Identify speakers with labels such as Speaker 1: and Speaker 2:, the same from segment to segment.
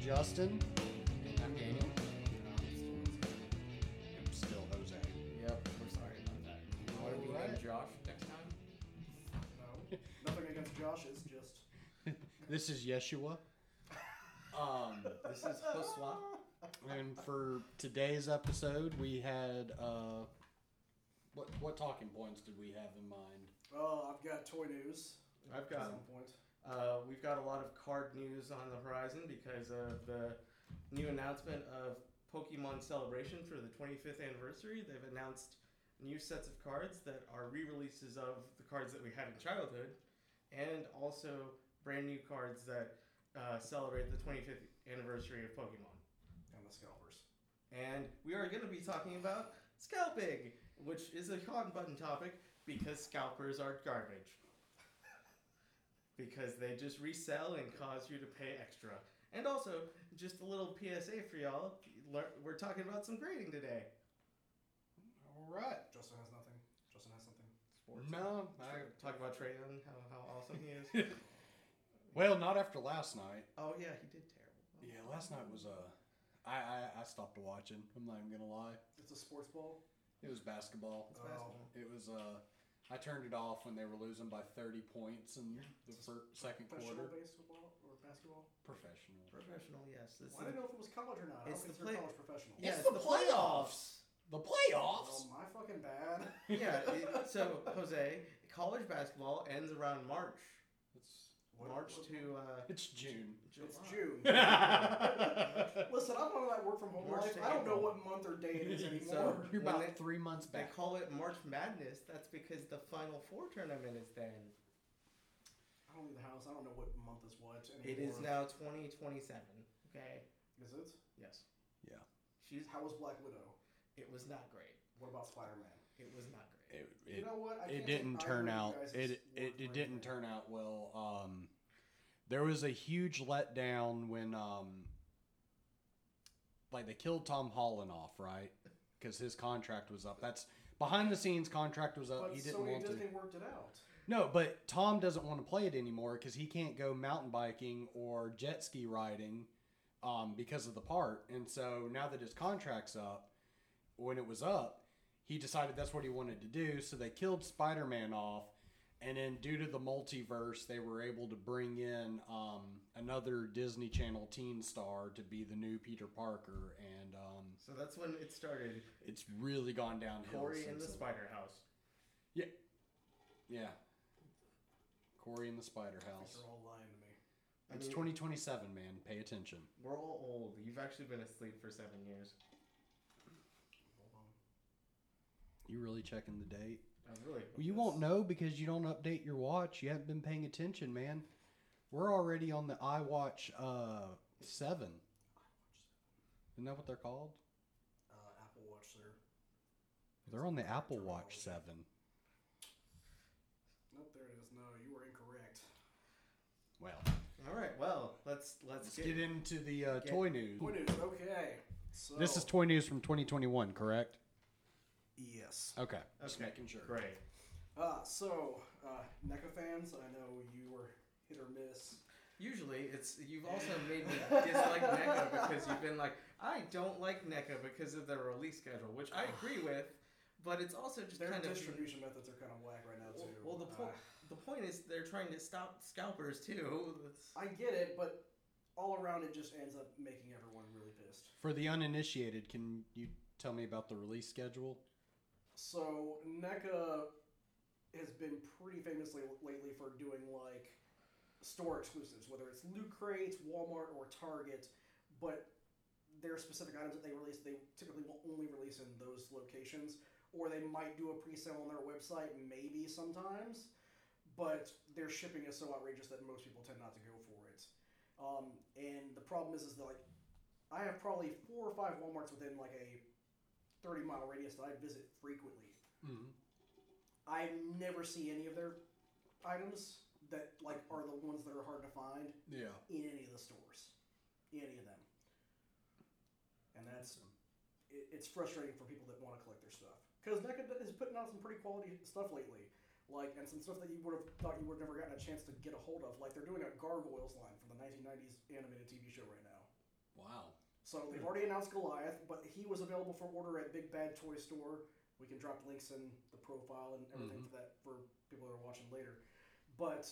Speaker 1: Houston.
Speaker 2: I'm Daniel.
Speaker 1: And I'm still Jose. I'm still Jose.
Speaker 2: Yep. We're sorry about that. You know what if we
Speaker 3: Alright.
Speaker 2: name Josh next time?
Speaker 3: No, nothing against Josh. It's just
Speaker 1: This is Yeshua.
Speaker 2: Um, this is Josua.
Speaker 1: And for today's episode, we had uh, what what talking points did we have in mind?
Speaker 3: oh, I've got toy news.
Speaker 4: I've
Speaker 3: At
Speaker 4: got
Speaker 3: some point.
Speaker 4: Uh, we've got a lot of card news on the horizon because of the new announcement of Pokemon Celebration for the 25th anniversary. They've announced new sets of cards that are re releases of the cards that we had in childhood and also brand new cards that uh, celebrate the 25th anniversary of Pokemon.
Speaker 3: And the scalpers.
Speaker 4: And we are going to be talking about scalping, which is a hot button topic because scalpers are garbage. because they just resell and cause you to pay extra. And also, just a little PSA for y'all lear- we're talking about some grading today.
Speaker 1: All right.
Speaker 3: Justin has nothing. Justin has something.
Speaker 4: Sports.
Speaker 1: No, I,
Speaker 4: Tra- Talk about Trey Young, how, how awesome he is.
Speaker 1: well, not after last night.
Speaker 4: oh, yeah, he did terrible.
Speaker 1: Yeah, last night was uh, I, I I stopped watching. I'm not even gonna lie.
Speaker 3: It's a sports ball.
Speaker 1: It was basketball.
Speaker 4: It's basketball.
Speaker 1: It was uh, I turned it off when they were losing by 30 points in the fir- second
Speaker 3: Professional
Speaker 1: quarter.
Speaker 3: baseball or basketball?
Speaker 1: Professional.
Speaker 4: Professional, yes. This
Speaker 3: Well, I
Speaker 4: is-
Speaker 3: didn't know if it was college or not. I
Speaker 4: It's the
Speaker 3: don't
Speaker 4: play-
Speaker 3: consider college professional.
Speaker 4: yeah,
Speaker 1: It's
Speaker 4: it's,
Speaker 1: the
Speaker 4: the playoffs.
Speaker 1: The
Speaker 3: Well,
Speaker 1: playoffs.
Speaker 3: my fucking bad.
Speaker 4: yeah, it- so, Jose, college basketball ends around March.
Speaker 1: It's
Speaker 3: What-
Speaker 4: March
Speaker 3: what-
Speaker 4: to uh,
Speaker 1: it's June.
Speaker 4: July.
Speaker 3: It's June. Listen, I'm one of that work from home
Speaker 4: March
Speaker 3: life.
Speaker 4: to
Speaker 3: I don't know
Speaker 4: April.
Speaker 3: what month or day it is anymore.
Speaker 4: So-
Speaker 1: You're
Speaker 4: When
Speaker 1: about
Speaker 4: they-
Speaker 1: three months
Speaker 4: They
Speaker 1: back.
Speaker 4: call it March Madness. That's because the Final Four tournament is then.
Speaker 3: I don't leave the house. I don't know what month is what anymore.
Speaker 4: It is now 2027. Okay.
Speaker 3: Is it?
Speaker 4: Yes.
Speaker 1: yeah.
Speaker 4: She's.
Speaker 3: How was Black Widow?
Speaker 4: It was not great.
Speaker 3: What about Spider Man?
Speaker 4: It was not great.
Speaker 1: It,
Speaker 3: You know what? I
Speaker 1: it
Speaker 3: can't
Speaker 1: didn't
Speaker 3: take
Speaker 1: turn
Speaker 3: either of
Speaker 1: out.
Speaker 3: you guys'
Speaker 1: It
Speaker 3: work
Speaker 1: it, it
Speaker 3: for
Speaker 1: didn't
Speaker 3: anything.
Speaker 1: turn out well. Um, there was a huge letdown when um, like they killed Tom Holland off, right? Because his contract was up. That's behind the scenes contract was up.
Speaker 3: But
Speaker 1: he didn't
Speaker 3: Sony
Speaker 1: want to.
Speaker 3: Disney worked it out.
Speaker 1: No, but Tom doesn't want to play it anymore because he can't go mountain biking or jet ski riding um, because of the part. And so now that his contract's up, when it was up, he decided that's what he wanted to do. So they killed Spider Man off. And then, due to the multiverse, they were able to bring in um, another Disney Channel teen star to be the new Peter Parker. And um,
Speaker 4: So that's when it started.
Speaker 1: it's really gone downhill.
Speaker 4: Corey in
Speaker 1: since
Speaker 4: the
Speaker 1: then.
Speaker 4: Spider House.
Speaker 1: Yeah. Yeah. Corey in the Spider House.
Speaker 3: They're all lying to me.
Speaker 4: I
Speaker 1: It's
Speaker 4: mean-
Speaker 1: 2027, man. Pay attention.
Speaker 4: We're all old. You've actually been asleep for seven years.
Speaker 3: Hold on.
Speaker 1: You really checking the date?
Speaker 4: I really.
Speaker 1: Well, you won't know because you don't update your watch. You haven't been paying attention, man. We're already on the iWatch uh, 7. Isn't that what they're called?
Speaker 3: Uh, Apple Watch there.
Speaker 1: They're on the Apple Watch 7.
Speaker 3: Nope, there it is. No, you were incorrect.
Speaker 1: Well,
Speaker 4: All right. Well, let's let's,
Speaker 1: let's
Speaker 4: get,
Speaker 1: get into the uh,
Speaker 4: Get-
Speaker 1: toy news.
Speaker 3: Point is, okay. So
Speaker 1: This is toy news from 2021, correct?
Speaker 3: yes.
Speaker 1: Okay. Just
Speaker 4: Okay.
Speaker 1: making sure.
Speaker 4: Great.
Speaker 3: Uh, so uh, NECA fans, I know you were hit or miss.
Speaker 4: Usually, it's you've also made me dislike NECA because you've been like, I don't like NECA because of their release schedule, which I agree with, but it's also just
Speaker 3: Their
Speaker 4: kind of
Speaker 3: distribution methods are kind of whack right now
Speaker 4: Well,
Speaker 3: too.
Speaker 4: well, the point
Speaker 3: Uh,
Speaker 4: the point is they're trying to stop scalpers too. That's-
Speaker 3: I get it, but all around it just ends up making everyone really pissed.
Speaker 1: For the uninitiated, can you tell me about the release schedule?
Speaker 3: So NECA has been pretty famously lately for doing like store exclusives, whether it's loot crates, Walmart, or Target, but there are specific items that they release they typically will only release in those locations, or they might do a pre-sale on their website, maybe sometimes, but their shipping is so outrageous that most people tend not to go for it. Um, and the problem is, is that like I have probably four or five WalMarts within like a 30 mile radius that I visit frequently.
Speaker 1: Mm-hmm.
Speaker 3: I never see any of their items that like are the ones that are hard to find
Speaker 1: Yeah.
Speaker 3: in any of the stores, in any of them. And that's it, it's frustrating for people that want to collect their stuff because NECA is putting out some pretty quality stuff lately, like and some stuff that you would have thought you would have never gotten a chance to get a hold of. Like they're doing a Gargoyles line from the 1990s animated TV show right now.
Speaker 1: Wow.
Speaker 3: So they've already announced Goliath, but he was available for order at Big Bad Toy Store. We can drop links in the profile and everything for that for people that are watching later. But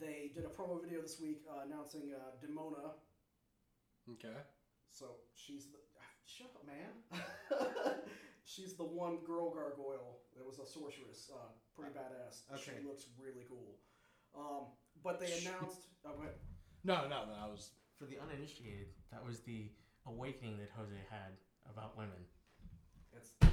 Speaker 3: they did a promo video this week uh, announcing uh, Demona.
Speaker 1: Okay.
Speaker 3: So she's the shut up, man. she's the one girl gargoyle that was a sorceress, uh, pretty badass.
Speaker 4: okay.
Speaker 3: She looks really cool. Um, but they announced. oh, go ahead.
Speaker 1: No, no, no. I was.
Speaker 2: For the uninitiated, that was the awakening that Jose had about women.
Speaker 3: It's not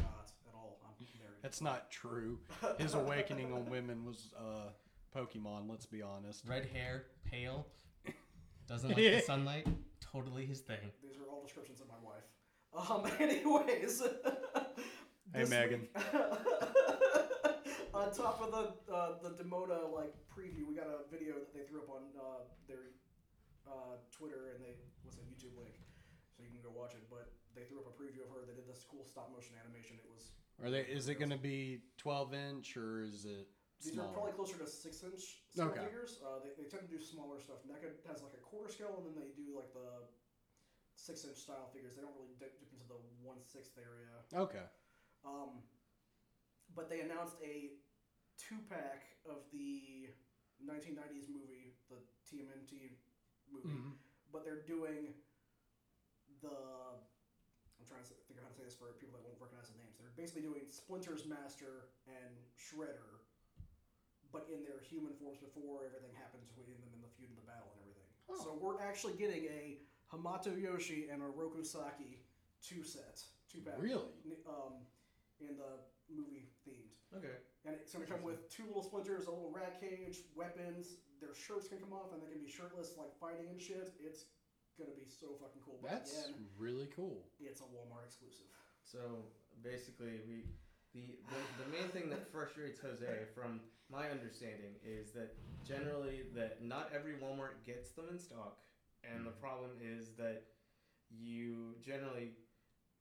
Speaker 3: at all. I'm married.
Speaker 1: That's not true. His awakening on women was uh, Pokemon. Let's be honest.
Speaker 2: Red hair, pale, doesn't like the sunlight. Totally his thing.
Speaker 3: These are all descriptions of my wife. Um, anyways.
Speaker 1: Hey,
Speaker 3: this
Speaker 1: Megan.
Speaker 3: week- on top of the uh, the Demona like preview, we got a video that they threw up on uh, their uh, Twitter and they was a YouTube link, so you can go watch it. But they threw up a preview of her. They did this cool stop motion animation. It was
Speaker 1: Are they? Is it going to be twelve inch or is it
Speaker 3: these
Speaker 1: smaller?
Speaker 3: are probably closer to six inch scale
Speaker 1: Okay.
Speaker 3: figures. Uh, they, they tend to do smaller stuff. NECA has like a quarter scale, and then they do like the six inch style figures. They don't really dip, dip into the one sixth area.
Speaker 1: okay.
Speaker 3: Um, but they announced a two pack of the 1990s movie, the TMNT
Speaker 1: Mm-hmm.
Speaker 3: movie. But they're doing the. I'm trying to s- figure out how to say this for people that won't recognize the names. They're basically doing Splinter's Master and Shredder, but in their human forms before everything happens between them in the feud and the battle and everything. So we're actually getting a Hamato Yoshi and a Rokusaki two set, two pack
Speaker 1: Really?
Speaker 3: n- um, in the movie themed.
Speaker 4: Okay.
Speaker 3: And it's going to come with two little splinters, a little rat cage, weapons. Their shirts can come off, and they can be shirtless, like fighting and shit. It's going to be so fucking cool. But
Speaker 1: That's
Speaker 3: again,
Speaker 1: really cool.
Speaker 3: it's a Walmart exclusive.
Speaker 4: So basically, we the, the the main thing that frustrates Jose, from my understanding, is that generally that not every Walmart gets them in stock, and the problem is that you generally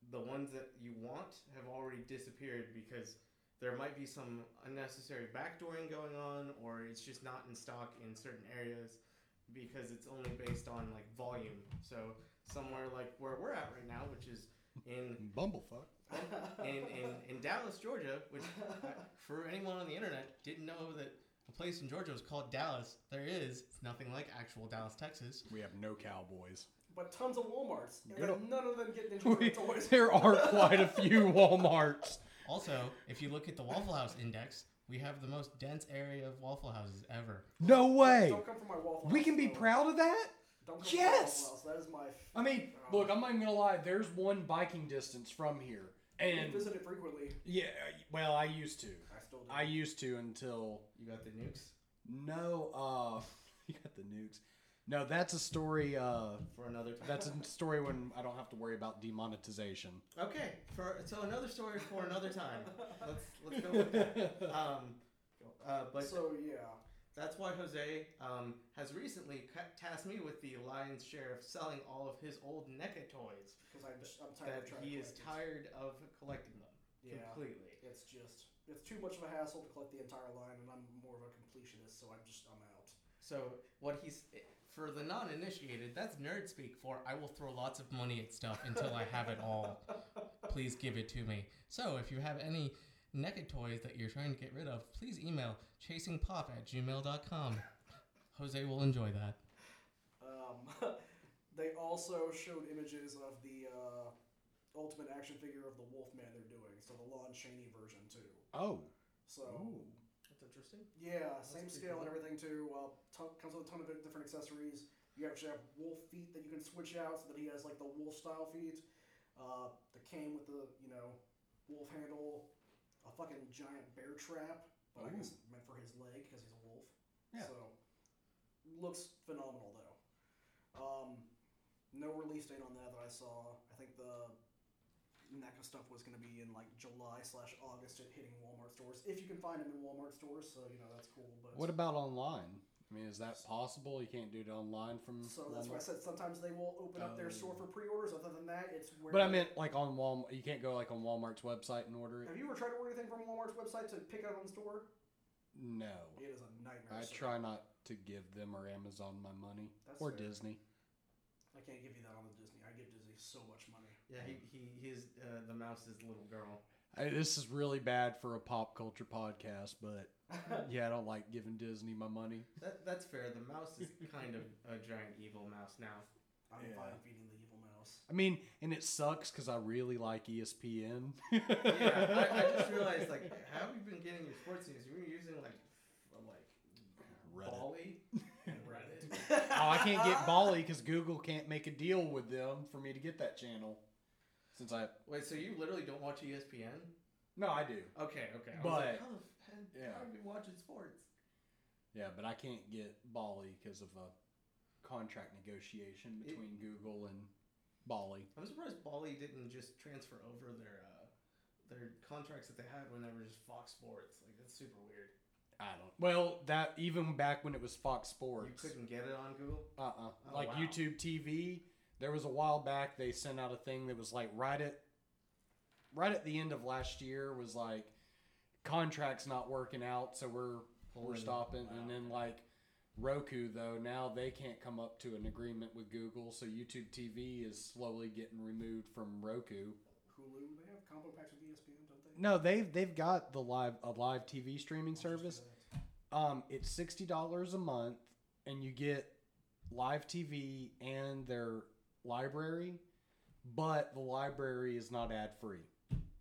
Speaker 4: the ones that you want have already disappeared because there might be some unnecessary backdooring going on, or it's just not in stock in certain areas because it's only based on like volume. So somewhere like where we're at right now, which is in
Speaker 1: Bumblefuck.
Speaker 3: Oh.
Speaker 4: in, in, in Dallas, Georgia, which for anyone on the internet didn't know that
Speaker 2: A place in Georgia was called Dallas. There is it's nothing like actual Dallas, Texas.
Speaker 1: We have no cowboys.
Speaker 3: But tons of Walmarts, and
Speaker 1: Good
Speaker 3: then
Speaker 1: ol-
Speaker 3: none of them get Ninja
Speaker 1: We,
Speaker 3: Turtle toys.
Speaker 1: there are quite a few WalMarts.
Speaker 2: Also, if you look at the Waffle House Index, we have the most dense area of Waffle Houses ever.
Speaker 1: No way.
Speaker 3: Don't come for my Waffle
Speaker 1: We
Speaker 3: House,
Speaker 1: can be
Speaker 3: though.
Speaker 1: proud of that.
Speaker 3: Don't come
Speaker 1: Yes!
Speaker 3: For my Waffle House. That is my.
Speaker 1: I mean, look, I'm not even gonna lie. There's one biking distance from here,
Speaker 3: I
Speaker 1: and
Speaker 3: visit it frequently.
Speaker 1: yeah, well, I used to.
Speaker 3: I still do.
Speaker 1: I used to until
Speaker 4: you got the nukes
Speaker 1: no, uh, you got the nukes. No, that's a story. Uh,
Speaker 4: for another time.
Speaker 1: that's a story when I don't have to worry about demonetization.
Speaker 4: okay. For so another story for another time. Let's let's go with that. Um, uh, but
Speaker 3: so yeah,
Speaker 4: that's why Jose um, has recently ca- tasked me with the lion's share of selling all of his old NECA toys
Speaker 3: because I'm, just- I'm tired
Speaker 4: that
Speaker 3: of trying to
Speaker 4: he is
Speaker 3: collect
Speaker 4: tired of collecting them
Speaker 3: these. Yeah.
Speaker 4: completely.
Speaker 3: It's just it's too much of a hassle to collect the entire line, and I'm more of a completionist, so I'm just I'm out.
Speaker 4: So
Speaker 2: What he's for the non-initiated, that's nerd speak for I will throw lots of money at stuff until I have it all. Please give it to me. So if you have any naked toys that you're trying to get rid of, please email chasingpop at gmail.com. Jose will enjoy that.
Speaker 3: Um, they also showed images of the uh, ultimate action figure of the Wolfman they're doing, so the Lon Chaney version too.
Speaker 1: Oh,
Speaker 3: So
Speaker 1: Ooh.
Speaker 4: that's interesting.
Speaker 3: yeah, same
Speaker 4: pretty
Speaker 3: scale and
Speaker 4: cool.
Speaker 3: everything too. Uh, ton- comes with a ton of different accessories. You actually have wolf feet that you can switch out, so that he has like the wolf style feet. Uh, the cane with the you know wolf handle, a fucking giant bear trap, but I guess meant for his leg because he's a wolf.
Speaker 1: Yeah.
Speaker 3: So looks phenomenal though. Um, no release date on that that I saw. I think the NECA stuff was going to be in like July slash August at hitting Walmart stores if you can find them in Walmart stores. So you know that's cool. But
Speaker 1: what about online? I mean, is that possible? You can't do it online from.
Speaker 3: so that's why I
Speaker 1: Walmart?
Speaker 3: said sometimes they will open up their store for pre-orders. Other than that, it's where.
Speaker 1: Oh. But I meant like on Walmart. You can't go like on Walmart's website and order it.
Speaker 3: have you ever tried to order anything from Walmart's website to pick up in store?
Speaker 1: No,
Speaker 3: It is a nightmare.
Speaker 1: I
Speaker 3: sir.
Speaker 1: try not to give them or Amazon my money
Speaker 3: That's
Speaker 1: or
Speaker 3: fair.
Speaker 1: Disney.
Speaker 3: I can't give you that on the Disney. I give Disney so much money.
Speaker 4: Yeah, he, he his uh, the mouse is the little girl.
Speaker 1: I, this is really bad for a pop culture podcast, but yeah, I don't like giving Disney my money.
Speaker 4: That that's fair. The mouse is kind of a giant evil mouse now.
Speaker 3: I'm
Speaker 1: Yeah.
Speaker 3: fine feeding the evil mouse.
Speaker 1: I mean, and it sucks because I really like E ESPN.
Speaker 4: Yeah, I, I just realized like how have you been getting your sports news? You were using like uh, like
Speaker 1: Reddit.
Speaker 4: Bali and Reddit.
Speaker 1: Oh, I can't get Bali because Google can't make a deal with them for me to get that channel. Since I
Speaker 4: Wait, so you literally don't watch E ESPN?
Speaker 1: no, I do.
Speaker 4: Okay, okay. I was
Speaker 1: But-
Speaker 4: like, how the f- how,
Speaker 1: yeah.
Speaker 4: how are you watching sports?
Speaker 1: Yeah, but I can't get Bali because of a contract negotiation between Google and Bali.
Speaker 4: I'm surprised Bali didn't just transfer over their uh, their contracts that they had when they were just Fox Sports. Like that's super weird.
Speaker 1: I don't. Well, that even back when it was Fox
Speaker 4: You
Speaker 1: Sports,
Speaker 4: couldn't get it on Google.
Speaker 1: uh, uh
Speaker 4: Oh,
Speaker 1: like
Speaker 4: wow.
Speaker 1: YouTube TV. There was a while back they sent out a thing that was like right at, right at the end of last year was like, contracts not working out, so we're we're
Speaker 4: Pulling-
Speaker 1: stopping. And
Speaker 4: wow.
Speaker 1: then like Roku though, now they can't come up to an agreement with Google, so YouTube TV is slowly getting removed from Roku.
Speaker 3: Hulu, they have combo packs with E ESPN, don't they?
Speaker 1: No, they've they've got the live a live TV streaming service. Um, it's sixty dollars a month, and you get live TV and their library, but the library is not ad free.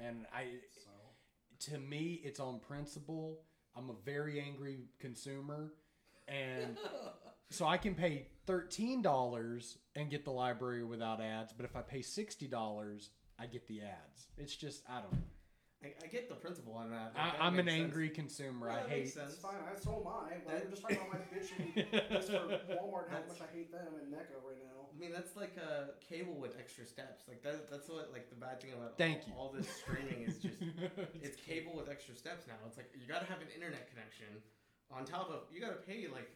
Speaker 1: And I,
Speaker 3: So
Speaker 1: to me, it's on principle. I'm a very angry consumer, and so I can pay thirteen dollars and get the library without ads. But if I pay sixty dollars, I get the ads. It's just I don't. know.
Speaker 4: I, I get the principle on that. Like,
Speaker 1: I,
Speaker 4: that
Speaker 1: I'm an
Speaker 4: makes sense.
Speaker 1: angry consumer.
Speaker 4: Yeah,
Speaker 1: I
Speaker 4: that makes
Speaker 1: hate.
Speaker 4: sense.
Speaker 3: it's fine. I so am I. Like,
Speaker 4: That-
Speaker 3: we're just talking about my bitching list for Walmart and how much I hate them and NECA right now.
Speaker 4: I mean, that's like a cable with extra steps. Like that, that's what like the bad thing about
Speaker 1: Thank
Speaker 4: all,
Speaker 1: you.
Speaker 4: all this streaming is just it's cable with extra steps now. It's like you got to have an internet connection on top of you got to pay like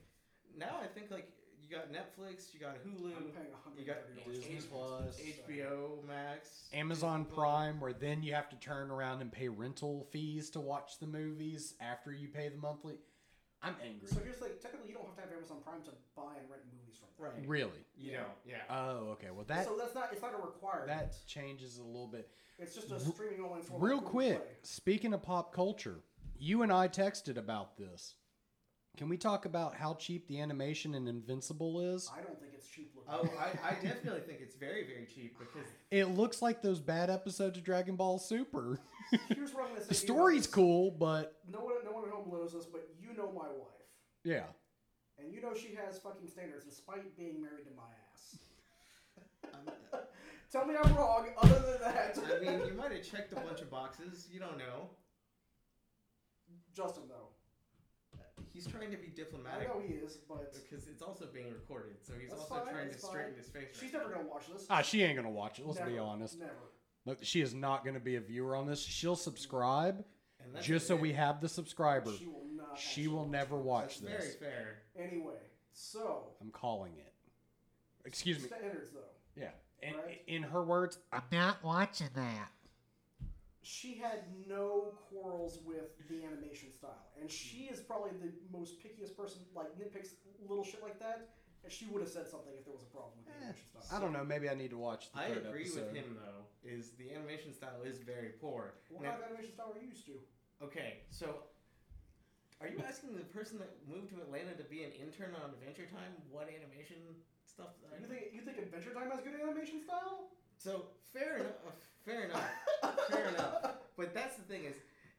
Speaker 4: now I think like you got Netflix, you got
Speaker 3: I'm
Speaker 4: Hulu,
Speaker 3: paying
Speaker 4: you got
Speaker 3: $130
Speaker 1: Disney
Speaker 4: H-
Speaker 1: Plus.
Speaker 4: HBO Max,
Speaker 1: Amazon
Speaker 4: Disney Plus.
Speaker 1: Prime, where then you have to turn around and pay rental fees to watch the movies after you pay the monthly. I'm angry.
Speaker 3: So here's like technically you don't have to have Amazon Prime to buy and rent movies from. them.
Speaker 4: Right.
Speaker 1: Really?
Speaker 4: You know, yeah.
Speaker 1: Oh, okay. Well, that
Speaker 3: so that's not it's not a requirement.
Speaker 1: that changes a little bit.
Speaker 3: it's just a streaming online. form like
Speaker 1: Real
Speaker 3: Google
Speaker 1: quick,
Speaker 3: Play.
Speaker 1: speaking of pop culture, you and I texted about this. Can we talk about how cheap the animation in Invincible is?
Speaker 3: I don't think it's cheap looking.
Speaker 4: Oh, I, I definitely think it's very very cheap because
Speaker 1: It looks like those bad episodes of Dragon Ball Super.
Speaker 3: here's what I'm gonna say.
Speaker 1: the
Speaker 3: to you about
Speaker 1: story's
Speaker 3: this.
Speaker 1: cool, but
Speaker 3: No one, no one at home knows this, but you know my wife,
Speaker 1: yeah.
Speaker 3: and you know she has fucking standards, despite being married to my ass. Tell me I'm wrong. Other than that,
Speaker 4: I mean you might have checked a bunch of boxes. You don't know.
Speaker 3: Justin though,
Speaker 4: He's trying to be
Speaker 3: I
Speaker 4: diplomatic
Speaker 3: know he is, but
Speaker 4: because it's also being recorded, so he's
Speaker 3: That's
Speaker 4: also
Speaker 3: fine,
Speaker 4: trying to
Speaker 3: that's
Speaker 4: straighten
Speaker 3: fine.
Speaker 4: his face.
Speaker 3: she's
Speaker 4: right
Speaker 3: never gonna watch this.
Speaker 1: Ah, she ain't gonna watch it. Let's be
Speaker 3: Never,
Speaker 1: honest.
Speaker 3: Never.
Speaker 1: Look, she is not going to be a viewer on this. She'll subscribe
Speaker 4: now. And that's
Speaker 1: just so
Speaker 4: it.
Speaker 1: we have the subscriber.
Speaker 3: She will not.
Speaker 1: She
Speaker 3: actually
Speaker 1: will never watch
Speaker 4: That's Very
Speaker 1: this.
Speaker 4: fair.
Speaker 3: Anyway, so
Speaker 1: I'm calling it. Excuse me.
Speaker 3: standards though.
Speaker 1: Yeah. In,
Speaker 3: Right.
Speaker 1: in her words, I'm not watching that.
Speaker 3: she had no quarrels with the animation style, and she is probably the most pickiest person. Like nitpicks little shit like that, and she would have said something if there was a problem with the animation
Speaker 1: Eh, I
Speaker 3: style.
Speaker 1: don't know. Maybe I need to watch the
Speaker 4: I
Speaker 1: third
Speaker 4: agree
Speaker 1: episode.
Speaker 4: with him though. Is the animation style is very poor.
Speaker 3: What
Speaker 4: Now-
Speaker 3: kind of animation style are you used to?
Speaker 4: okay, so are you asking the person that moved to Atlanta to be an intern on Adventure Time what animation stuff?
Speaker 3: You
Speaker 4: That
Speaker 3: think you think Adventure Time has good animation style?
Speaker 4: so fair enough. Fair enough. fair enough. But that's the thing is,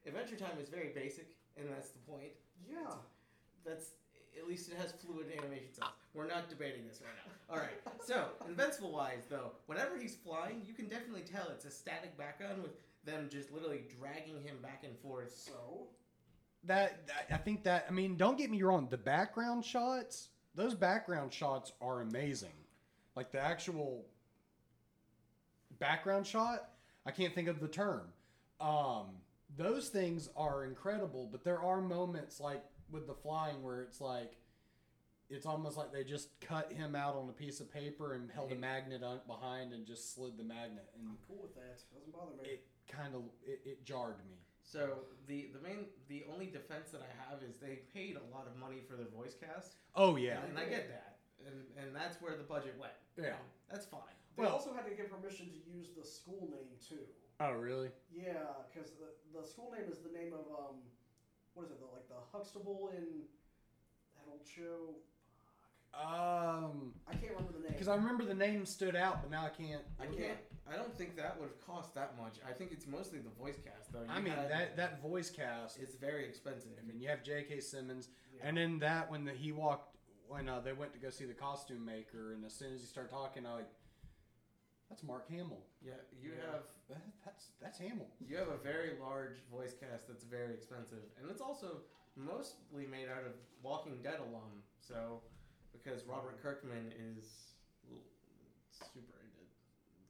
Speaker 4: Adventure Time is very basic, and that's the point.
Speaker 3: Yeah.
Speaker 4: That's at least it has fluid animation cells. We're not debating this right now. All right. So invincible wise though, whenever he's flying, you can definitely tell it's a static background with them just literally dragging him back and forth.
Speaker 3: So
Speaker 1: That, that- I think that I mean, don't get me wrong. The background shots, those background shots are amazing. Like the actual background shot, I can't think of the term. Um, those things are incredible, but there are moments like with the flying where it's like it's almost like they just cut him out on a piece of paper and held a magnet on behind and just slid the magnet and
Speaker 3: I'm cool with that. Doesn't bother me.
Speaker 1: it kind of it, it jarred me.
Speaker 4: So the the main the only defense that I have is they paid a lot of money for their voice cast.
Speaker 1: Oh yeah.
Speaker 4: And I get that. and and that's where the budget went.
Speaker 1: Yeah.
Speaker 4: that's fine.
Speaker 3: They
Speaker 1: Well-
Speaker 3: also had to get permission to use the school name too.
Speaker 1: Oh, really?
Speaker 3: Yeah, because the, the school name is the name of um, what is it? The, like the Huxtable in that old show.
Speaker 1: Um,
Speaker 3: I can't remember the name.
Speaker 1: because I remember the name stood out, but now I can't.
Speaker 4: I
Speaker 1: look
Speaker 4: can't. I don't think that would have cost that much. I think it's mostly the voice cast though.
Speaker 1: it
Speaker 4: You
Speaker 1: up. I mean
Speaker 4: had-
Speaker 1: that that voice cast.
Speaker 4: it's very expensive.
Speaker 1: I mean, you have J.K. Simmons,
Speaker 3: Yeah.
Speaker 1: and then that when the, he walked when uh, they went to go see the costume maker, and as soon as he started talking, I like that's Mark Hamill.
Speaker 4: Yeah, you
Speaker 1: Yeah.
Speaker 4: have
Speaker 1: That, that's that's Hamill.
Speaker 4: you have a very large voice cast that's very expensive, and it's also mostly made out of Walking Dead alum. So, because Robert Kirkman is l- super into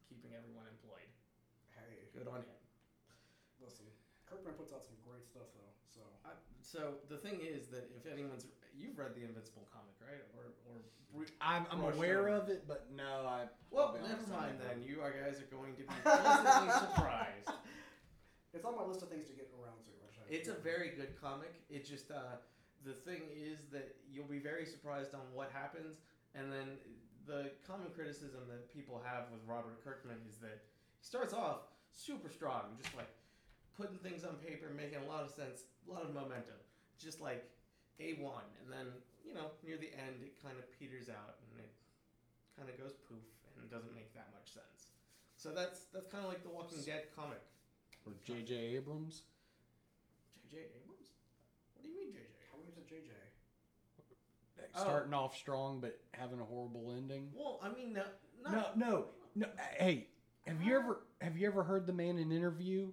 Speaker 4: keeping everyone employed,
Speaker 3: hey,
Speaker 4: good on him.
Speaker 3: listen, Kirkman puts out some great stuff though. So
Speaker 4: I, so the thing is that if anyone's you've read the Invincible comic, right? Or or re-
Speaker 1: I'm, I'm
Speaker 4: Rushed
Speaker 1: aware
Speaker 4: over.
Speaker 1: of it, but no, I
Speaker 4: well,
Speaker 1: be
Speaker 4: never
Speaker 1: honest, I
Speaker 4: mind
Speaker 1: never-
Speaker 4: then. You are guys are going to be pleasantly surprised.
Speaker 3: it's on my list of things to get around to. Which I
Speaker 4: It's a very good comic. It just uh, the thing is that you'll be very surprised on what happens, and then the common criticism that people have with Robert Kirkman is that he starts off super strong, just like putting things on paper, making a lot of sense, a lot of momentum, just like a one, and then you know near the end it kind of peters out and it kind of goes poof and it doesn't make that much sense. So that's that's kind of like the Walking Dead comic.
Speaker 1: Or J.J. Abrams.
Speaker 4: J.J. Abrams? What do you mean, J.J.?
Speaker 3: How we get to JJ?
Speaker 4: Oh.
Speaker 1: Starting off strong, but having a horrible ending.
Speaker 4: Well, I mean, no, not,
Speaker 1: No, no, no. Hey, have you ever have you ever heard the man in interview?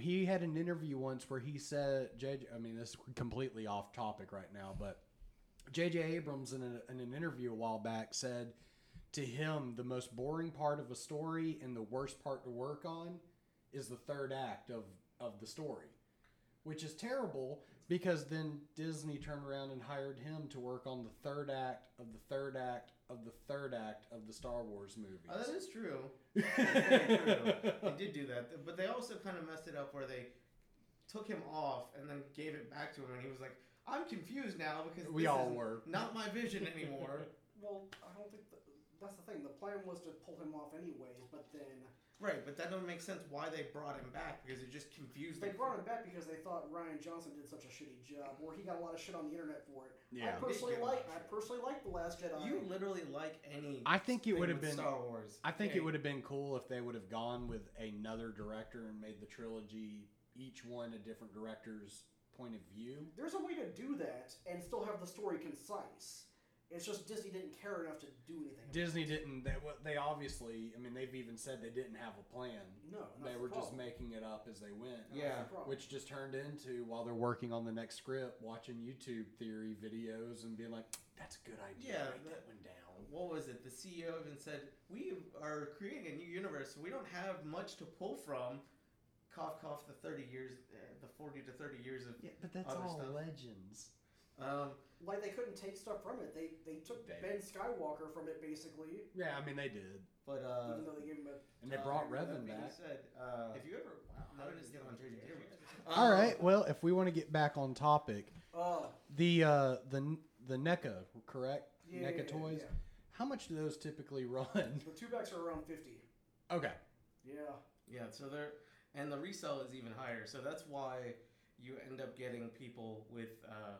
Speaker 1: He had an interview once where he said, "JJ." I mean, this is completely off topic right now, but J.J. Abrams in, a, in an interview a while back said to him the most boring part of a story and the worst part to work on is the third act of of the story, which is terrible because then Disney turned around and hired him to work on the third act of the third act of the third act of the Star Wars movies.
Speaker 4: Oh, that is true. That's very true. They did do that, but they also kind of messed it up where they took him off and then gave it back to him, and he was like, "I'm confused now because
Speaker 1: we
Speaker 4: this
Speaker 1: all
Speaker 4: is
Speaker 1: were.
Speaker 4: not my vision anymore."
Speaker 3: Well, I don't think that, that's the thing. The plan was to pull him off anyways, but then
Speaker 4: right, but that doesn't make sense why they brought him back because it just confused.
Speaker 3: they
Speaker 4: the-
Speaker 3: brought him back because they thought Ryan Johnson did such a shitty job, or he got a lot of shit on the internet for it.
Speaker 1: Yeah.
Speaker 3: I personally
Speaker 4: He did.
Speaker 3: like I personally like the Last Jedi.
Speaker 4: You literally like any?
Speaker 1: I think it
Speaker 4: thing
Speaker 1: would have
Speaker 4: with
Speaker 1: been.
Speaker 4: Star Wars.
Speaker 1: I think
Speaker 4: Hey,
Speaker 1: it would have been cool if they would have gone with another director and made the trilogy each one a different director's point of view.
Speaker 3: There's a way to do that and still have the story concise. It's just Disney didn't care enough to do anything. about
Speaker 1: Disney didn't. They, what- they obviously. I mean, they've even said they didn't have a plan.
Speaker 3: it. No, and
Speaker 1: They
Speaker 3: that's
Speaker 1: were
Speaker 3: the
Speaker 1: just
Speaker 3: problem.
Speaker 1: making it up as they went.
Speaker 3: And that's
Speaker 4: Yeah,
Speaker 3: the problem.
Speaker 1: Which just turned into while they're working on the next script, watching YouTube theory videos and being like, "That's a good idea.
Speaker 4: Yeah,
Speaker 1: Write
Speaker 4: that-
Speaker 1: that one down."
Speaker 4: What was it? The CEO even said, "We are creating a new universe. so We don't have much to pull from." Cough, cough. The thirty years, uh, the forty to thirty years of
Speaker 1: Yeah, but that's
Speaker 4: Other
Speaker 1: all
Speaker 4: stuff.
Speaker 1: legends.
Speaker 4: Um,
Speaker 3: like they couldn't take stuff from it. They they took
Speaker 1: They-
Speaker 3: Ben Skywalker from it basically,
Speaker 1: Yeah, I mean they did,
Speaker 4: but uh,
Speaker 3: even though they gave him a
Speaker 1: and they
Speaker 4: uh,
Speaker 1: brought
Speaker 4: that
Speaker 1: Revan
Speaker 4: being
Speaker 1: back.
Speaker 4: Said,
Speaker 5: Uh,
Speaker 4: if you ever, wow, how did this get on JJ?
Speaker 3: uh,
Speaker 4: Um,
Speaker 1: All right. Well, if we want to get back on topic,
Speaker 3: oh
Speaker 1: the uh, the the NECA, correct?
Speaker 3: yeah,
Speaker 1: NECA
Speaker 3: yeah, yeah,
Speaker 1: toys.
Speaker 3: yeah.
Speaker 1: How much do those typically run?
Speaker 3: The two backs are around fifty.
Speaker 1: okay.
Speaker 3: Yeah,
Speaker 4: yeah, so they're and the resell is even higher. So that's why you end up getting people with uh,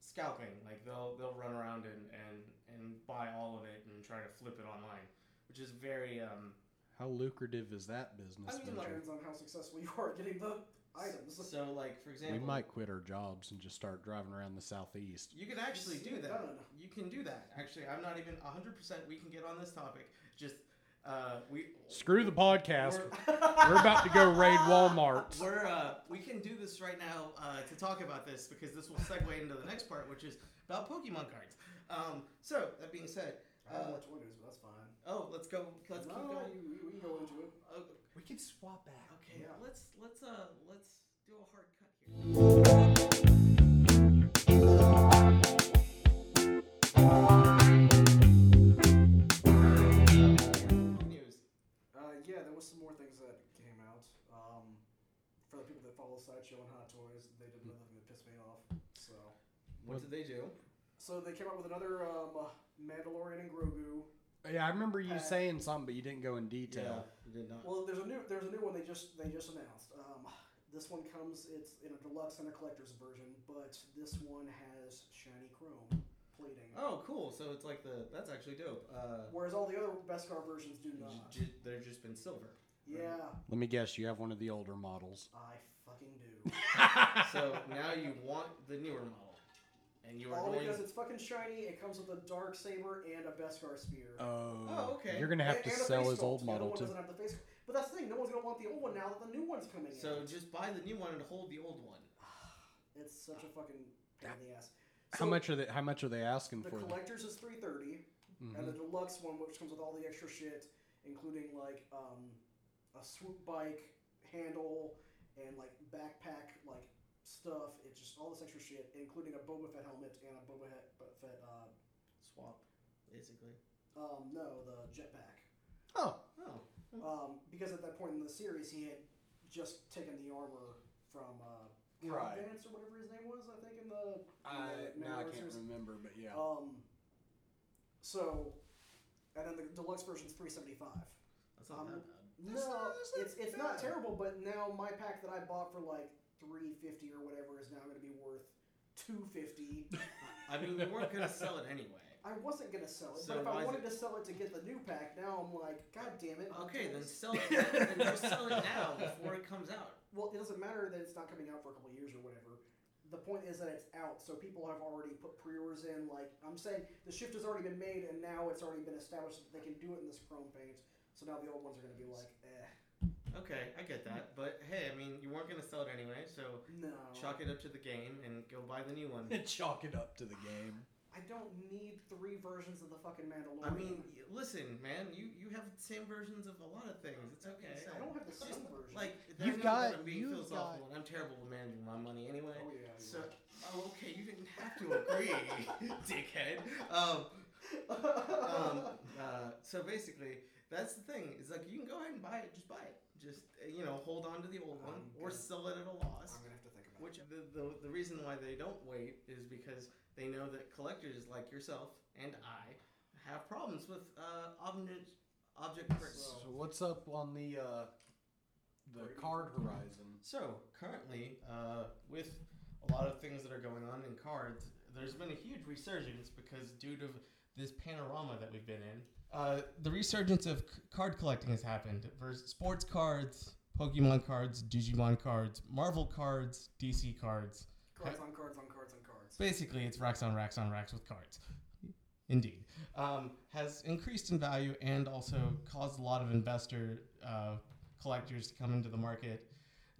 Speaker 4: scalping. Like they'll they'll run around and and and buy all of it and try to flip it online, which is very um.
Speaker 1: How lucrative is that business
Speaker 4: I mean,
Speaker 1: venture?
Speaker 4: like-
Speaker 3: depends on how successful you are at getting the items.
Speaker 4: So like for
Speaker 1: we
Speaker 4: example,
Speaker 1: might quit our jobs and just start driving around the southeast.
Speaker 4: You can actually
Speaker 3: Just
Speaker 4: do
Speaker 3: get it
Speaker 4: that.
Speaker 3: done.
Speaker 4: You can do that. Actually, I'm not even 100% we can get on this topic. Just uh we
Speaker 1: Screw the podcast.
Speaker 4: We're,
Speaker 1: We're about to go raid Walmart.
Speaker 4: we're uh we can do this right now uh to talk about this because this will segue into the next part which is about Pokemon cards. Um so, that being said,
Speaker 3: I don't know
Speaker 4: uh,
Speaker 3: which one it is, but that's fine.
Speaker 4: oh, let's go let's
Speaker 3: no,
Speaker 4: keep going.
Speaker 3: You, you, you go into it.
Speaker 4: Oh,
Speaker 1: We can swap back.
Speaker 4: okay,
Speaker 3: Yeah.
Speaker 4: let's let's uh let's do a hard cut here. News.
Speaker 3: Uh, yeah, there was some more things that came out. Um, for the people that follow Sideshow and Hot Toys, they did another thing that pissed me off. So,
Speaker 4: What did they do?
Speaker 3: So they came out with another um, Mandalorian and Grogu.
Speaker 1: Yeah, I remember you
Speaker 3: Uh,
Speaker 1: saying something, but you didn't go in detail.
Speaker 6: you did not.
Speaker 3: Well, there's a new there's a new one they just they just announced. Um, this one comes it's in a deluxe and a collector's version, but this one has shiny chrome plating,
Speaker 6: Oh, cool. So it's like the that's actually dope. Uh,
Speaker 3: whereas all the other Beskar versions do
Speaker 6: j-
Speaker 3: not.
Speaker 6: j- they've just been silver.
Speaker 3: Yeah,
Speaker 1: Let me guess, you have one of the older models.
Speaker 3: I fucking do.
Speaker 6: so now you want the newer model, and you are
Speaker 3: all
Speaker 6: going.
Speaker 3: because it's fucking shiny. It comes with a dark saber and a Beskar spear.
Speaker 1: Oh,
Speaker 6: Oh, okay.
Speaker 1: You're gonna have
Speaker 3: And-
Speaker 1: to
Speaker 3: and a
Speaker 1: sell
Speaker 3: face
Speaker 1: his old
Speaker 3: sculpt. The other
Speaker 1: model
Speaker 3: one
Speaker 1: too.
Speaker 3: doesn't have the face. But that's the thing. No one's gonna want the old one now that the new one's coming
Speaker 6: So
Speaker 3: out.
Speaker 6: just buy the new one and hold the old one.
Speaker 3: it's such a fucking pain in the ass.
Speaker 1: How
Speaker 3: So
Speaker 1: much are they? How much are they asking
Speaker 3: The
Speaker 1: for? them?
Speaker 3: collector's is three thirty, and the
Speaker 1: Mhm.
Speaker 3: deluxe one, which comes with all the extra shit, including like um, a swoop bike handle and like backpack like stuff. It's just all this extra shit, including a Boba Fett helmet and a Boba Fett, Boba Fett uh,
Speaker 6: Swap, basically.
Speaker 3: um, no, the jetpack.
Speaker 1: Oh,
Speaker 6: Oh,
Speaker 3: Um, because at that point in the series, he had just taken the armor from uh, Cobb
Speaker 1: Right.
Speaker 3: Vance or whatever his name was, I think, in the.
Speaker 1: Uh, I
Speaker 3: Yeah,
Speaker 1: now I
Speaker 3: Mandalorian
Speaker 1: can't
Speaker 3: series.
Speaker 1: remember, but yeah.
Speaker 3: Um, so, and then the deluxe version's three seventy five.
Speaker 6: that's not
Speaker 3: Um,
Speaker 6: that bad.
Speaker 3: No,
Speaker 1: That's not- that's not
Speaker 3: it's it's not
Speaker 1: bad.
Speaker 3: terrible, but now my pack that I bought for like three fifty or whatever is now going to be worth two fifty.
Speaker 6: I mean, we weren't gonna sell it anyway.
Speaker 3: I wasn't going to sell it,
Speaker 6: So
Speaker 3: but if
Speaker 6: why
Speaker 3: I
Speaker 6: is
Speaker 3: wanted to sell it to get the new pack, now I'm like, god damn it. I'm
Speaker 6: Okay, then
Speaker 3: toast.
Speaker 6: sell it. Now. then just sell it now before it comes out.
Speaker 3: well, it doesn't matter that it's not coming out for a couple of years or whatever. The point is that it's out, so people have already put pre-orders in. Like I'm saying, the shift has already been made, and now it's already been established that they can do it in this chrome paint. So now the old ones are going to be like, eh,
Speaker 6: Okay, I get that, but hey, I mean, you weren't gonna sell it anyway, so
Speaker 3: no.
Speaker 6: chalk it up to the game and go buy the new one.
Speaker 1: Chalk it up to the game.
Speaker 3: I don't need three versions of the fucking Mandalorian.
Speaker 6: I mean, y- listen, man, you you have the same versions of a lot of things. It's okay.
Speaker 3: I don't have the same version.
Speaker 6: Like that
Speaker 1: You've
Speaker 6: means
Speaker 1: got-
Speaker 6: that I'm being
Speaker 1: you've
Speaker 6: philosophical, and I'm terrible with managing my money anyway.
Speaker 3: oh yeah.
Speaker 6: So, oh, okay, you didn't have to agree, dickhead. Um, um,
Speaker 3: um,
Speaker 6: uh, so basically, that's the thing. It's like you can go ahead and buy it. Just buy it. Just uh, you know, hold on to the old one
Speaker 3: I'm
Speaker 6: or
Speaker 3: gonna-
Speaker 6: sell it at a loss.
Speaker 3: I'm gonna have to think about
Speaker 6: Which the, the the reason why they don't wait is because they know that collectors like yourself and I have problems with uh, object object purchase.
Speaker 1: So what's up on the uh, the
Speaker 3: Great.
Speaker 1: card horizon?
Speaker 6: So currently, uh, with a lot of things that are going on in cards, there's been a huge resurgence because due to this panorama that we've been in, uh,
Speaker 4: the resurgence of c- card collecting has happened. Vers sports cards, Pokemon cards, Digimon cards, Marvel cards, DC cards.
Speaker 3: it. Cards on cards on cards on cards.
Speaker 4: Basically, it's racks on racks on racks with cards. Indeed, um, has increased in value and also caused a lot of investor uh, collectors to come into the market.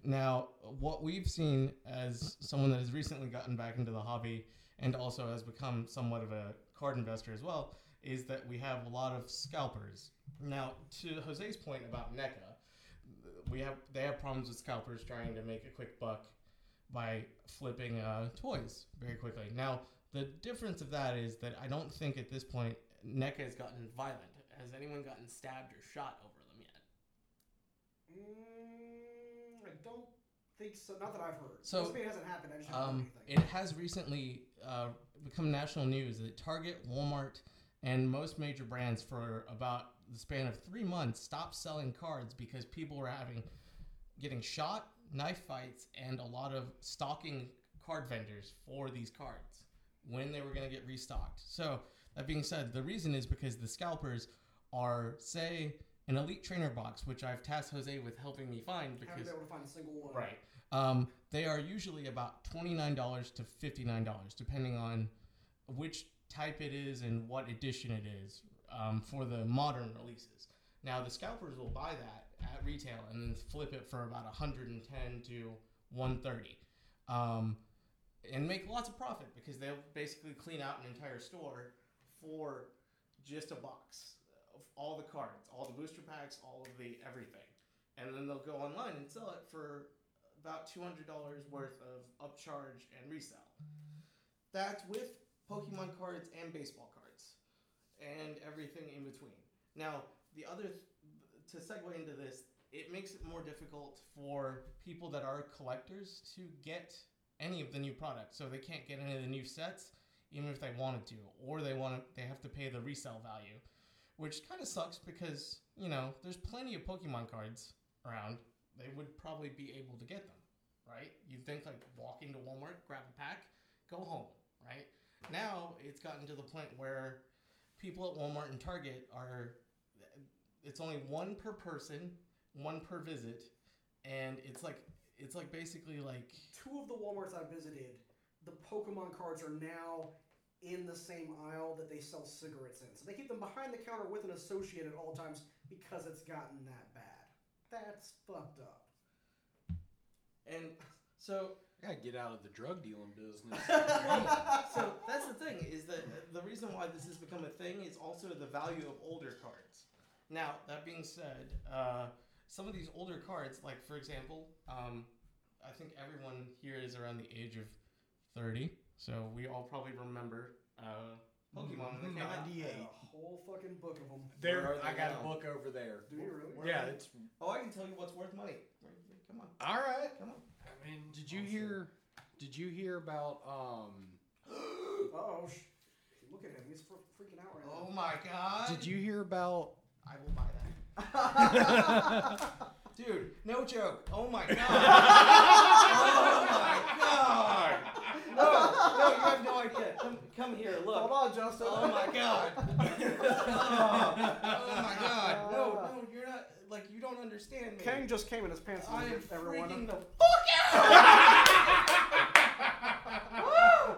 Speaker 4: Now, what we've seen as someone that has recently gotten back into the hobby and also has become somewhat of a card investor as well is that we have a lot of scalpers. Now, to Jose's point about NECA, we have they have problems with scalpers trying to make a quick buck by flipping uh, toys very quickly. Now, the difference of that is that I don't think at this point NECA has gotten violent. Has anyone gotten stabbed or shot over them yet?
Speaker 3: Mm, I don't think so. Not that I've heard.
Speaker 4: So,
Speaker 3: Doesn't mean it hasn't happened. I just haven't
Speaker 4: Um,
Speaker 3: heard anything.
Speaker 4: it has recently uh, become national news that Target, Walmart, and most major brands for about the span of three months stopped selling cards because people were having getting shot, knife fights, and a lot of stalking card vendors for these cards when they were going to get restocked. So that being said, the reason is because the scalpers are say an elite trainer box, which I've tasked Jose with helping me find
Speaker 3: I haven't
Speaker 4: because
Speaker 3: been able to find a single one.
Speaker 4: Right. Um, they are usually about $29 to $59, depending on which type it is and what edition it is um, for the modern releases. Now, the scalpers will buy that at retail and then flip it for about 110 to 130 um, and make lots of profit because they'll basically clean out an entire store for just a box of all the cards, all the booster packs, all of the everything. And then they'll go online and sell it for about two hundred dollars worth of upcharge and resell. That's with Pokemon cards and baseball cards, and everything in between. Now, the other th- to segue into this, it makes it more difficult for people that are collectors to get any of the new products. So they can't get any of the new sets,
Speaker 2: even if they wanted to, or they want to, they have to pay the resale value, which kind of sucks because you know there's plenty of Pokemon cards around. They would probably be able to get them, right? You'd think like walk into Walmart, grab a pack, go home, right? Now it's gotten to the point where people at Walmart and Target are it's only one per person, one per visit, and it's like it's like basically like
Speaker 3: Two of the WalMarts I visited, the Pokemon cards are now in the same aisle that they sell cigarettes in. So they keep them behind the counter with an associate at all times because it's gotten that bad. That's fucked up.
Speaker 4: And so
Speaker 1: I gotta get out of the drug dealing business.
Speaker 4: so that's the thing is that uh, the reason why this has become a thing is also the value of older cards. Now that being said, uh, some of these older cards, like for example, um, I think everyone here is around the age of thirty, so we all probably remember uh, Pokemon.
Speaker 1: Mm-hmm.
Speaker 4: when they came out.
Speaker 3: I had
Speaker 1: 98.
Speaker 3: a whole fucking book of them.
Speaker 1: There,
Speaker 4: Where are
Speaker 1: I
Speaker 4: they
Speaker 1: got
Speaker 4: now?
Speaker 1: a book over there.
Speaker 3: Do you really?
Speaker 4: Where-
Speaker 1: Yeah, it's
Speaker 4: Oh, I can tell you what's worth money. Come on,
Speaker 1: all right.
Speaker 4: come on.
Speaker 1: I mean, did you hear? Did you hear about? um
Speaker 3: Oh, sh- look at him. He's fr- freaking out right
Speaker 4: Oh
Speaker 3: now.
Speaker 4: my god!
Speaker 1: Did you hear about?
Speaker 4: I will buy that. Dude, no joke. Oh my god. oh my god. No, no, you have no idea. Come, come here,
Speaker 3: Hold
Speaker 4: look.
Speaker 3: on, Justin.
Speaker 4: Oh my god. Oh, oh my god. No, no, you're not. Like, you don't understand me.
Speaker 3: Kang just came in his pants.
Speaker 4: I am
Speaker 3: everyone.
Speaker 4: freaking the fuck out! Woo!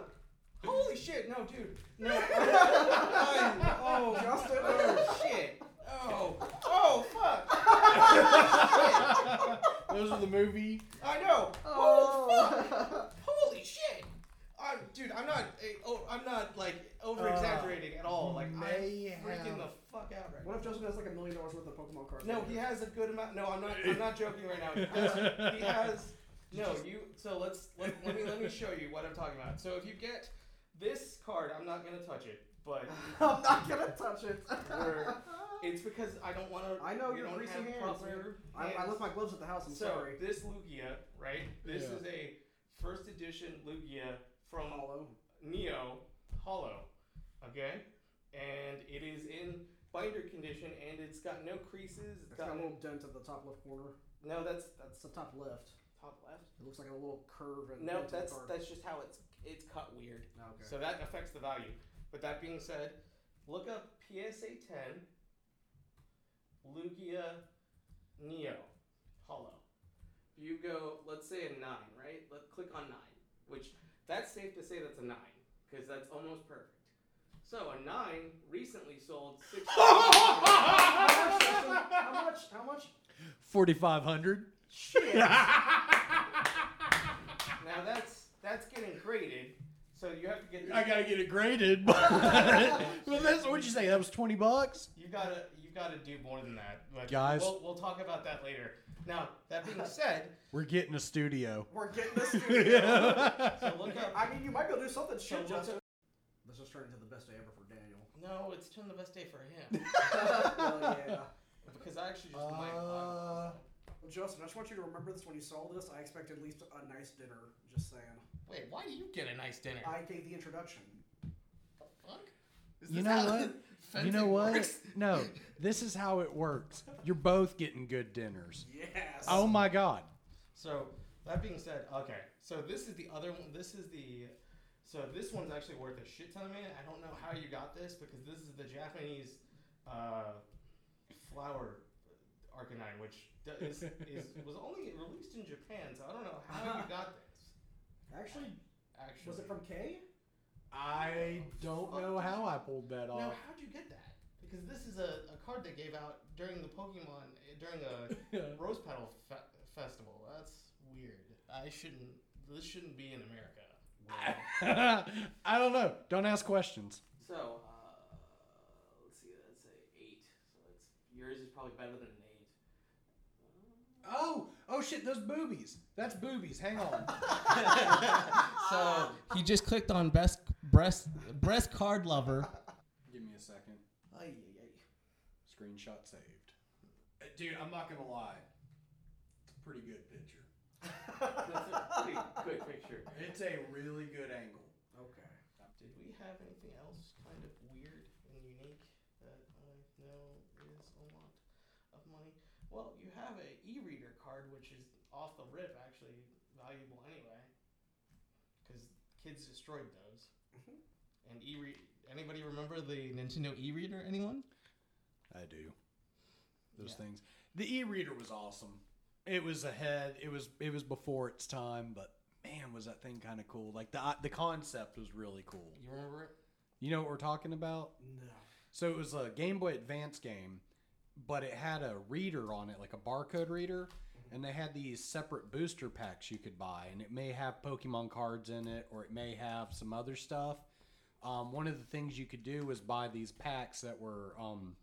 Speaker 4: Holy shit! No, dude. No. I'm- oh,
Speaker 3: Justin.
Speaker 4: Oh shit. Oh. Oh fuck.
Speaker 1: Those are the movie.
Speaker 4: I know. Oh fuck. Holy shit. I'm, dude, I'm not. eh, Oh, I'm not like over exaggerating at all. Like I'm
Speaker 1: may
Speaker 4: freaking
Speaker 1: have-
Speaker 4: the fuck out right
Speaker 3: What
Speaker 4: now.
Speaker 3: if Justin has like a million dollars worth of Pokemon cards?
Speaker 4: No,
Speaker 3: right
Speaker 4: he
Speaker 3: there?
Speaker 4: has a good amount. No, I'm not. I'm not joking right now. He has. He has no, you. So let's let, let me let me show you what I'm talking about. So if you get this card, I'm not gonna touch it, but
Speaker 3: I'm not gonna touch it.
Speaker 4: Where- it's because I don't want to.
Speaker 3: I know
Speaker 4: we
Speaker 3: you're
Speaker 4: don't
Speaker 3: greasy
Speaker 4: have
Speaker 3: hands,
Speaker 4: proper
Speaker 3: I, I
Speaker 4: hands.
Speaker 3: left my gloves at the house. I'm
Speaker 4: So
Speaker 3: sorry.
Speaker 4: this Lugia, right? This
Speaker 1: Yeah.
Speaker 4: is a first edition Lugia from
Speaker 3: Hollow.
Speaker 4: Neo Hollow. Okay, and it is in binder condition, and it's got no creases. It's
Speaker 3: It's got a
Speaker 4: got no.
Speaker 3: little dent at the top left corner.
Speaker 4: No, that's that's
Speaker 3: It's the top left.
Speaker 4: top left.
Speaker 3: It looks like a little curve. And
Speaker 4: No,
Speaker 3: dent in the
Speaker 4: that's
Speaker 3: card.
Speaker 4: that's just how it's it's cut weird.
Speaker 3: Oh, okay.
Speaker 4: So that affects the value. But that being said, look up PSA 10 Lugia Neo Hollow. You go, let's say a 9, right? Let click on 9, which that's safe to say that's a 9 because that's almost perfect. So a 9 recently sold 6
Speaker 3: how much? Justin? How much? How much?
Speaker 1: Forty five hundred.
Speaker 3: Shit.
Speaker 4: Now that's that's getting graded. So you have to get
Speaker 1: I gotta get it graded. but that's what'd you say? That was twenty bucks.
Speaker 4: You gotta, you gotta do more than that. But
Speaker 1: Guys.
Speaker 4: we'll, we'll talk about that later. Now, that being said,
Speaker 1: We're getting a studio.
Speaker 3: We're getting this. Studio.
Speaker 4: so look up.
Speaker 3: I mean, you might be able to do something.
Speaker 4: So
Speaker 3: Shit,
Speaker 4: look
Speaker 3: Justin. This is turning into the best day ever for Daniel.
Speaker 4: No, it's been the best day for him
Speaker 3: Well, yeah.
Speaker 4: because I actually just might.
Speaker 1: Uh,
Speaker 3: Well, Justin, I just want you to remember this when you saw this. I expect at least a nice dinner. Just saying.
Speaker 2: wait, why do you get a nice dinner?
Speaker 3: I gave the introduction.
Speaker 2: Fuck. Is this
Speaker 1: You know
Speaker 2: how
Speaker 1: what? you
Speaker 2: fencing
Speaker 1: know what?
Speaker 2: works?
Speaker 1: No, this is how it works. You're both getting good dinners.
Speaker 3: Yes.
Speaker 1: Oh my god.
Speaker 4: So that being said, okay. So this is the other one. This is the. So this one's actually worth a shit ton of money. I don't know how you got this because this is the Japanese uh, flower arcanine, which d- is, is was only released in Japan. So I don't know how you got this.
Speaker 3: Actually,
Speaker 4: Actually,
Speaker 3: Uh-huh. was it from K?
Speaker 1: I don't know how I pulled that
Speaker 4: Now,
Speaker 1: off.
Speaker 4: how'd you get that? Because this is a, a card they gave out during the Pokemon, during a Rose Petal fe- Festival. That's weird. I shouldn't, this shouldn't be in America.
Speaker 1: I don't know. Don't ask questions.
Speaker 4: So, uh, let's see, that's an 8. So that's, yours is probably better than an 8.
Speaker 1: Oh, oh shit, those boobies. That's boobies. Hang on.
Speaker 2: So he just clicked on best breast breast card lover.
Speaker 1: Give me a second.
Speaker 4: Ay, ay, ay.
Speaker 1: Screenshot saved. Uh, Dude, I'm not gonna lie. It's a pretty good picture.
Speaker 4: That's a pretty good picture.
Speaker 1: It's a really good angle.
Speaker 3: Okay.
Speaker 4: Did we
Speaker 7: have anything else kind of weird and unique that I know is a lot of money? Well, you have a e-reader card, which is off the rip actually valuable anyway, because kids destroyed those.
Speaker 4: Mm-hmm.
Speaker 3: Mhm.
Speaker 7: And e-read. Anybody remember the Nintendo e-reader? Anyone?
Speaker 1: I do. Those
Speaker 7: Yeah.
Speaker 1: things. The e-reader was awesome. It was ahead. It was it was before its time, but man, was that thing kind of cool. Like the the concept was really cool.
Speaker 7: You remember it?
Speaker 1: You know what we're talking about?
Speaker 3: No.
Speaker 1: So it was a Game Boy Advance game, but it had a reader on it, like a barcode reader, and they had these separate booster packs you could buy, and it may have Pokemon cards in it, or it may have some other stuff. Um, one of the things you could do was buy these packs that were um,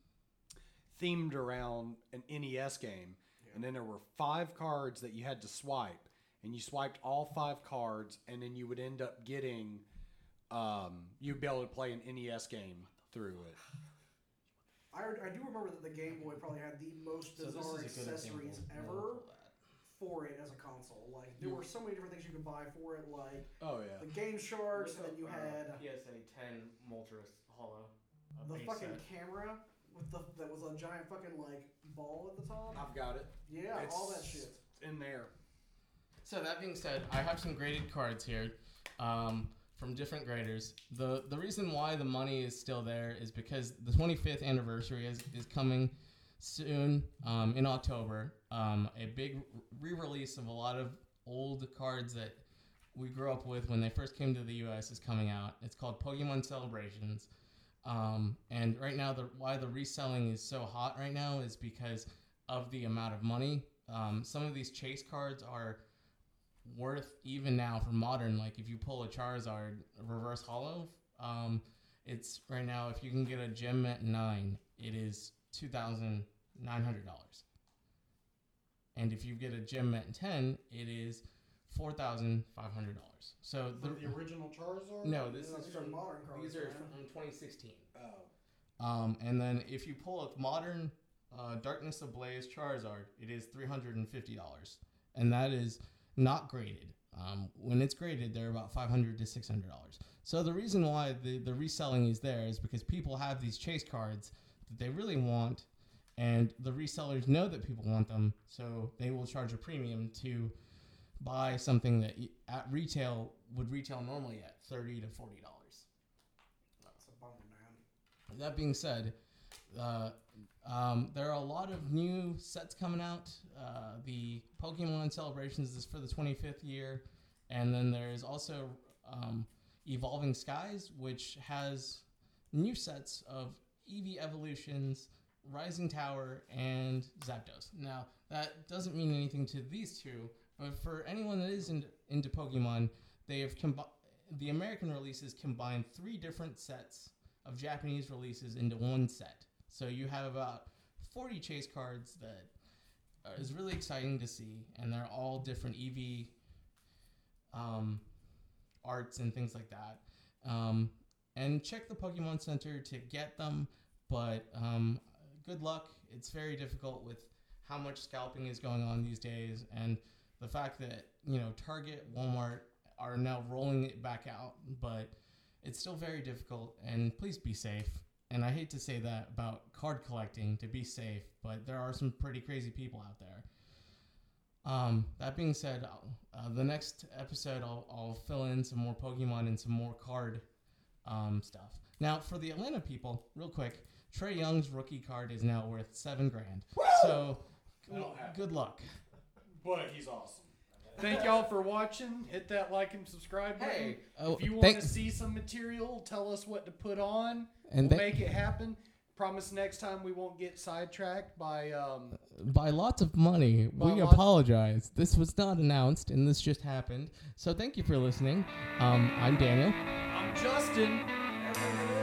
Speaker 1: themed around an NES game, and then there were five cards that you had to swipe, and you swiped all five cards, and then you would end up getting um, you'd be able to play an NES game through it.
Speaker 3: I, I do remember that the Game Boy probably had the most bizarre accessories ever for it as a console. Like there
Speaker 4: You-
Speaker 3: were so many different things you could buy for it, like
Speaker 1: Oh yeah.
Speaker 3: the Game Sharks, and then you had uh,
Speaker 7: PSA 10 Moltres Hollow. a
Speaker 3: the
Speaker 7: base
Speaker 3: fucking
Speaker 7: set.
Speaker 3: camera with the that was a giant fucking like ball at the top.
Speaker 1: I've got it.
Speaker 3: Yeah, all that
Speaker 1: It's-
Speaker 3: shit.
Speaker 1: in there.
Speaker 4: So that being said, I have some graded cards here um, from different graders. the The reason why the money is still there is because the 25th anniversary is is coming soon um, in October. Um, a big re release of a lot of old cards that we grew up with when they first came to the U.S. is coming out. It's called Pokemon Celebrations. Um, and right now, the why the reselling is so hot right now is because of the amount of money. Um, some of these chase cards are worth even now for modern. Like if you pull a Charizard reverse hollow, um, it's right now if you can get a gem at nine, it is two thousand nine hundred dollars. And if you get a gem at ten, it is four thousand five hundred dollars. So the,
Speaker 1: original Charizard?
Speaker 4: no, this
Speaker 3: No,
Speaker 4: is
Speaker 3: these are
Speaker 4: from
Speaker 3: modern cards.
Speaker 4: these are
Speaker 3: man.
Speaker 4: from twenty sixteen.
Speaker 1: Oh.
Speaker 4: Um, and then if you pull a modern uh, Darkness Ablaze Charizard, it is three hundred and fifty dollars, and that is not graded. Um, when it's graded, they're about five hundred to six hundred dollars. So the reason why the, the reselling is there is because people have these chase cards that they really want, and the resellers know that people want them, so they will charge a premium to buy something that y- at retail would retail normally at thirty to forty dollars.
Speaker 3: It's a bummer, man.
Speaker 4: That being said, uh, um, there are a lot of new sets coming out. Uh, the Pokemon Celebrations is for the 25th year, and then there is also um, Evolving Skies, which has new sets of EV evolutions, Rising Tower, and Zapdos. Now, that doesn't mean anything to these two, but for anyone that is in, into Pokemon, they have combi- the American releases combined three different sets of Japanese releases into one set. So you have about 40 chase cards that uh, is really exciting to see, and they're all different EV um, arts and things like that. Um, and check the Pokemon Center to get them, but um, good luck. It's very difficult with how much scalping is going on these days, and the fact that you know Target, Walmart are now rolling it back out, but it's still very difficult and please be safe and i hate to say that about card collecting to be safe but there are some pretty crazy people out there um, that being said I'll- uh, the next episode I'll, I'll fill in some more pokemon and some more card um, stuff now for the atlanta people real quick trey young's rookie card is now worth seven grand so
Speaker 1: That'll happen.
Speaker 4: good luck
Speaker 1: But he's awesome. Thank y'all for watching. Hit that like and subscribe button.
Speaker 7: Hey,
Speaker 4: oh,
Speaker 1: if you want
Speaker 4: thank-
Speaker 1: to see some material, tell us what to put on.
Speaker 4: and
Speaker 1: we'll
Speaker 4: thank-
Speaker 1: make it happen. Promise next time we won't get sidetracked by um
Speaker 4: by lots of money.
Speaker 1: By
Speaker 4: we
Speaker 1: lots-
Speaker 4: apologize. This was not announced, and this just happened. So thank you for listening. Um, I'm Daniel.
Speaker 1: I'm Justin.
Speaker 3: Everything is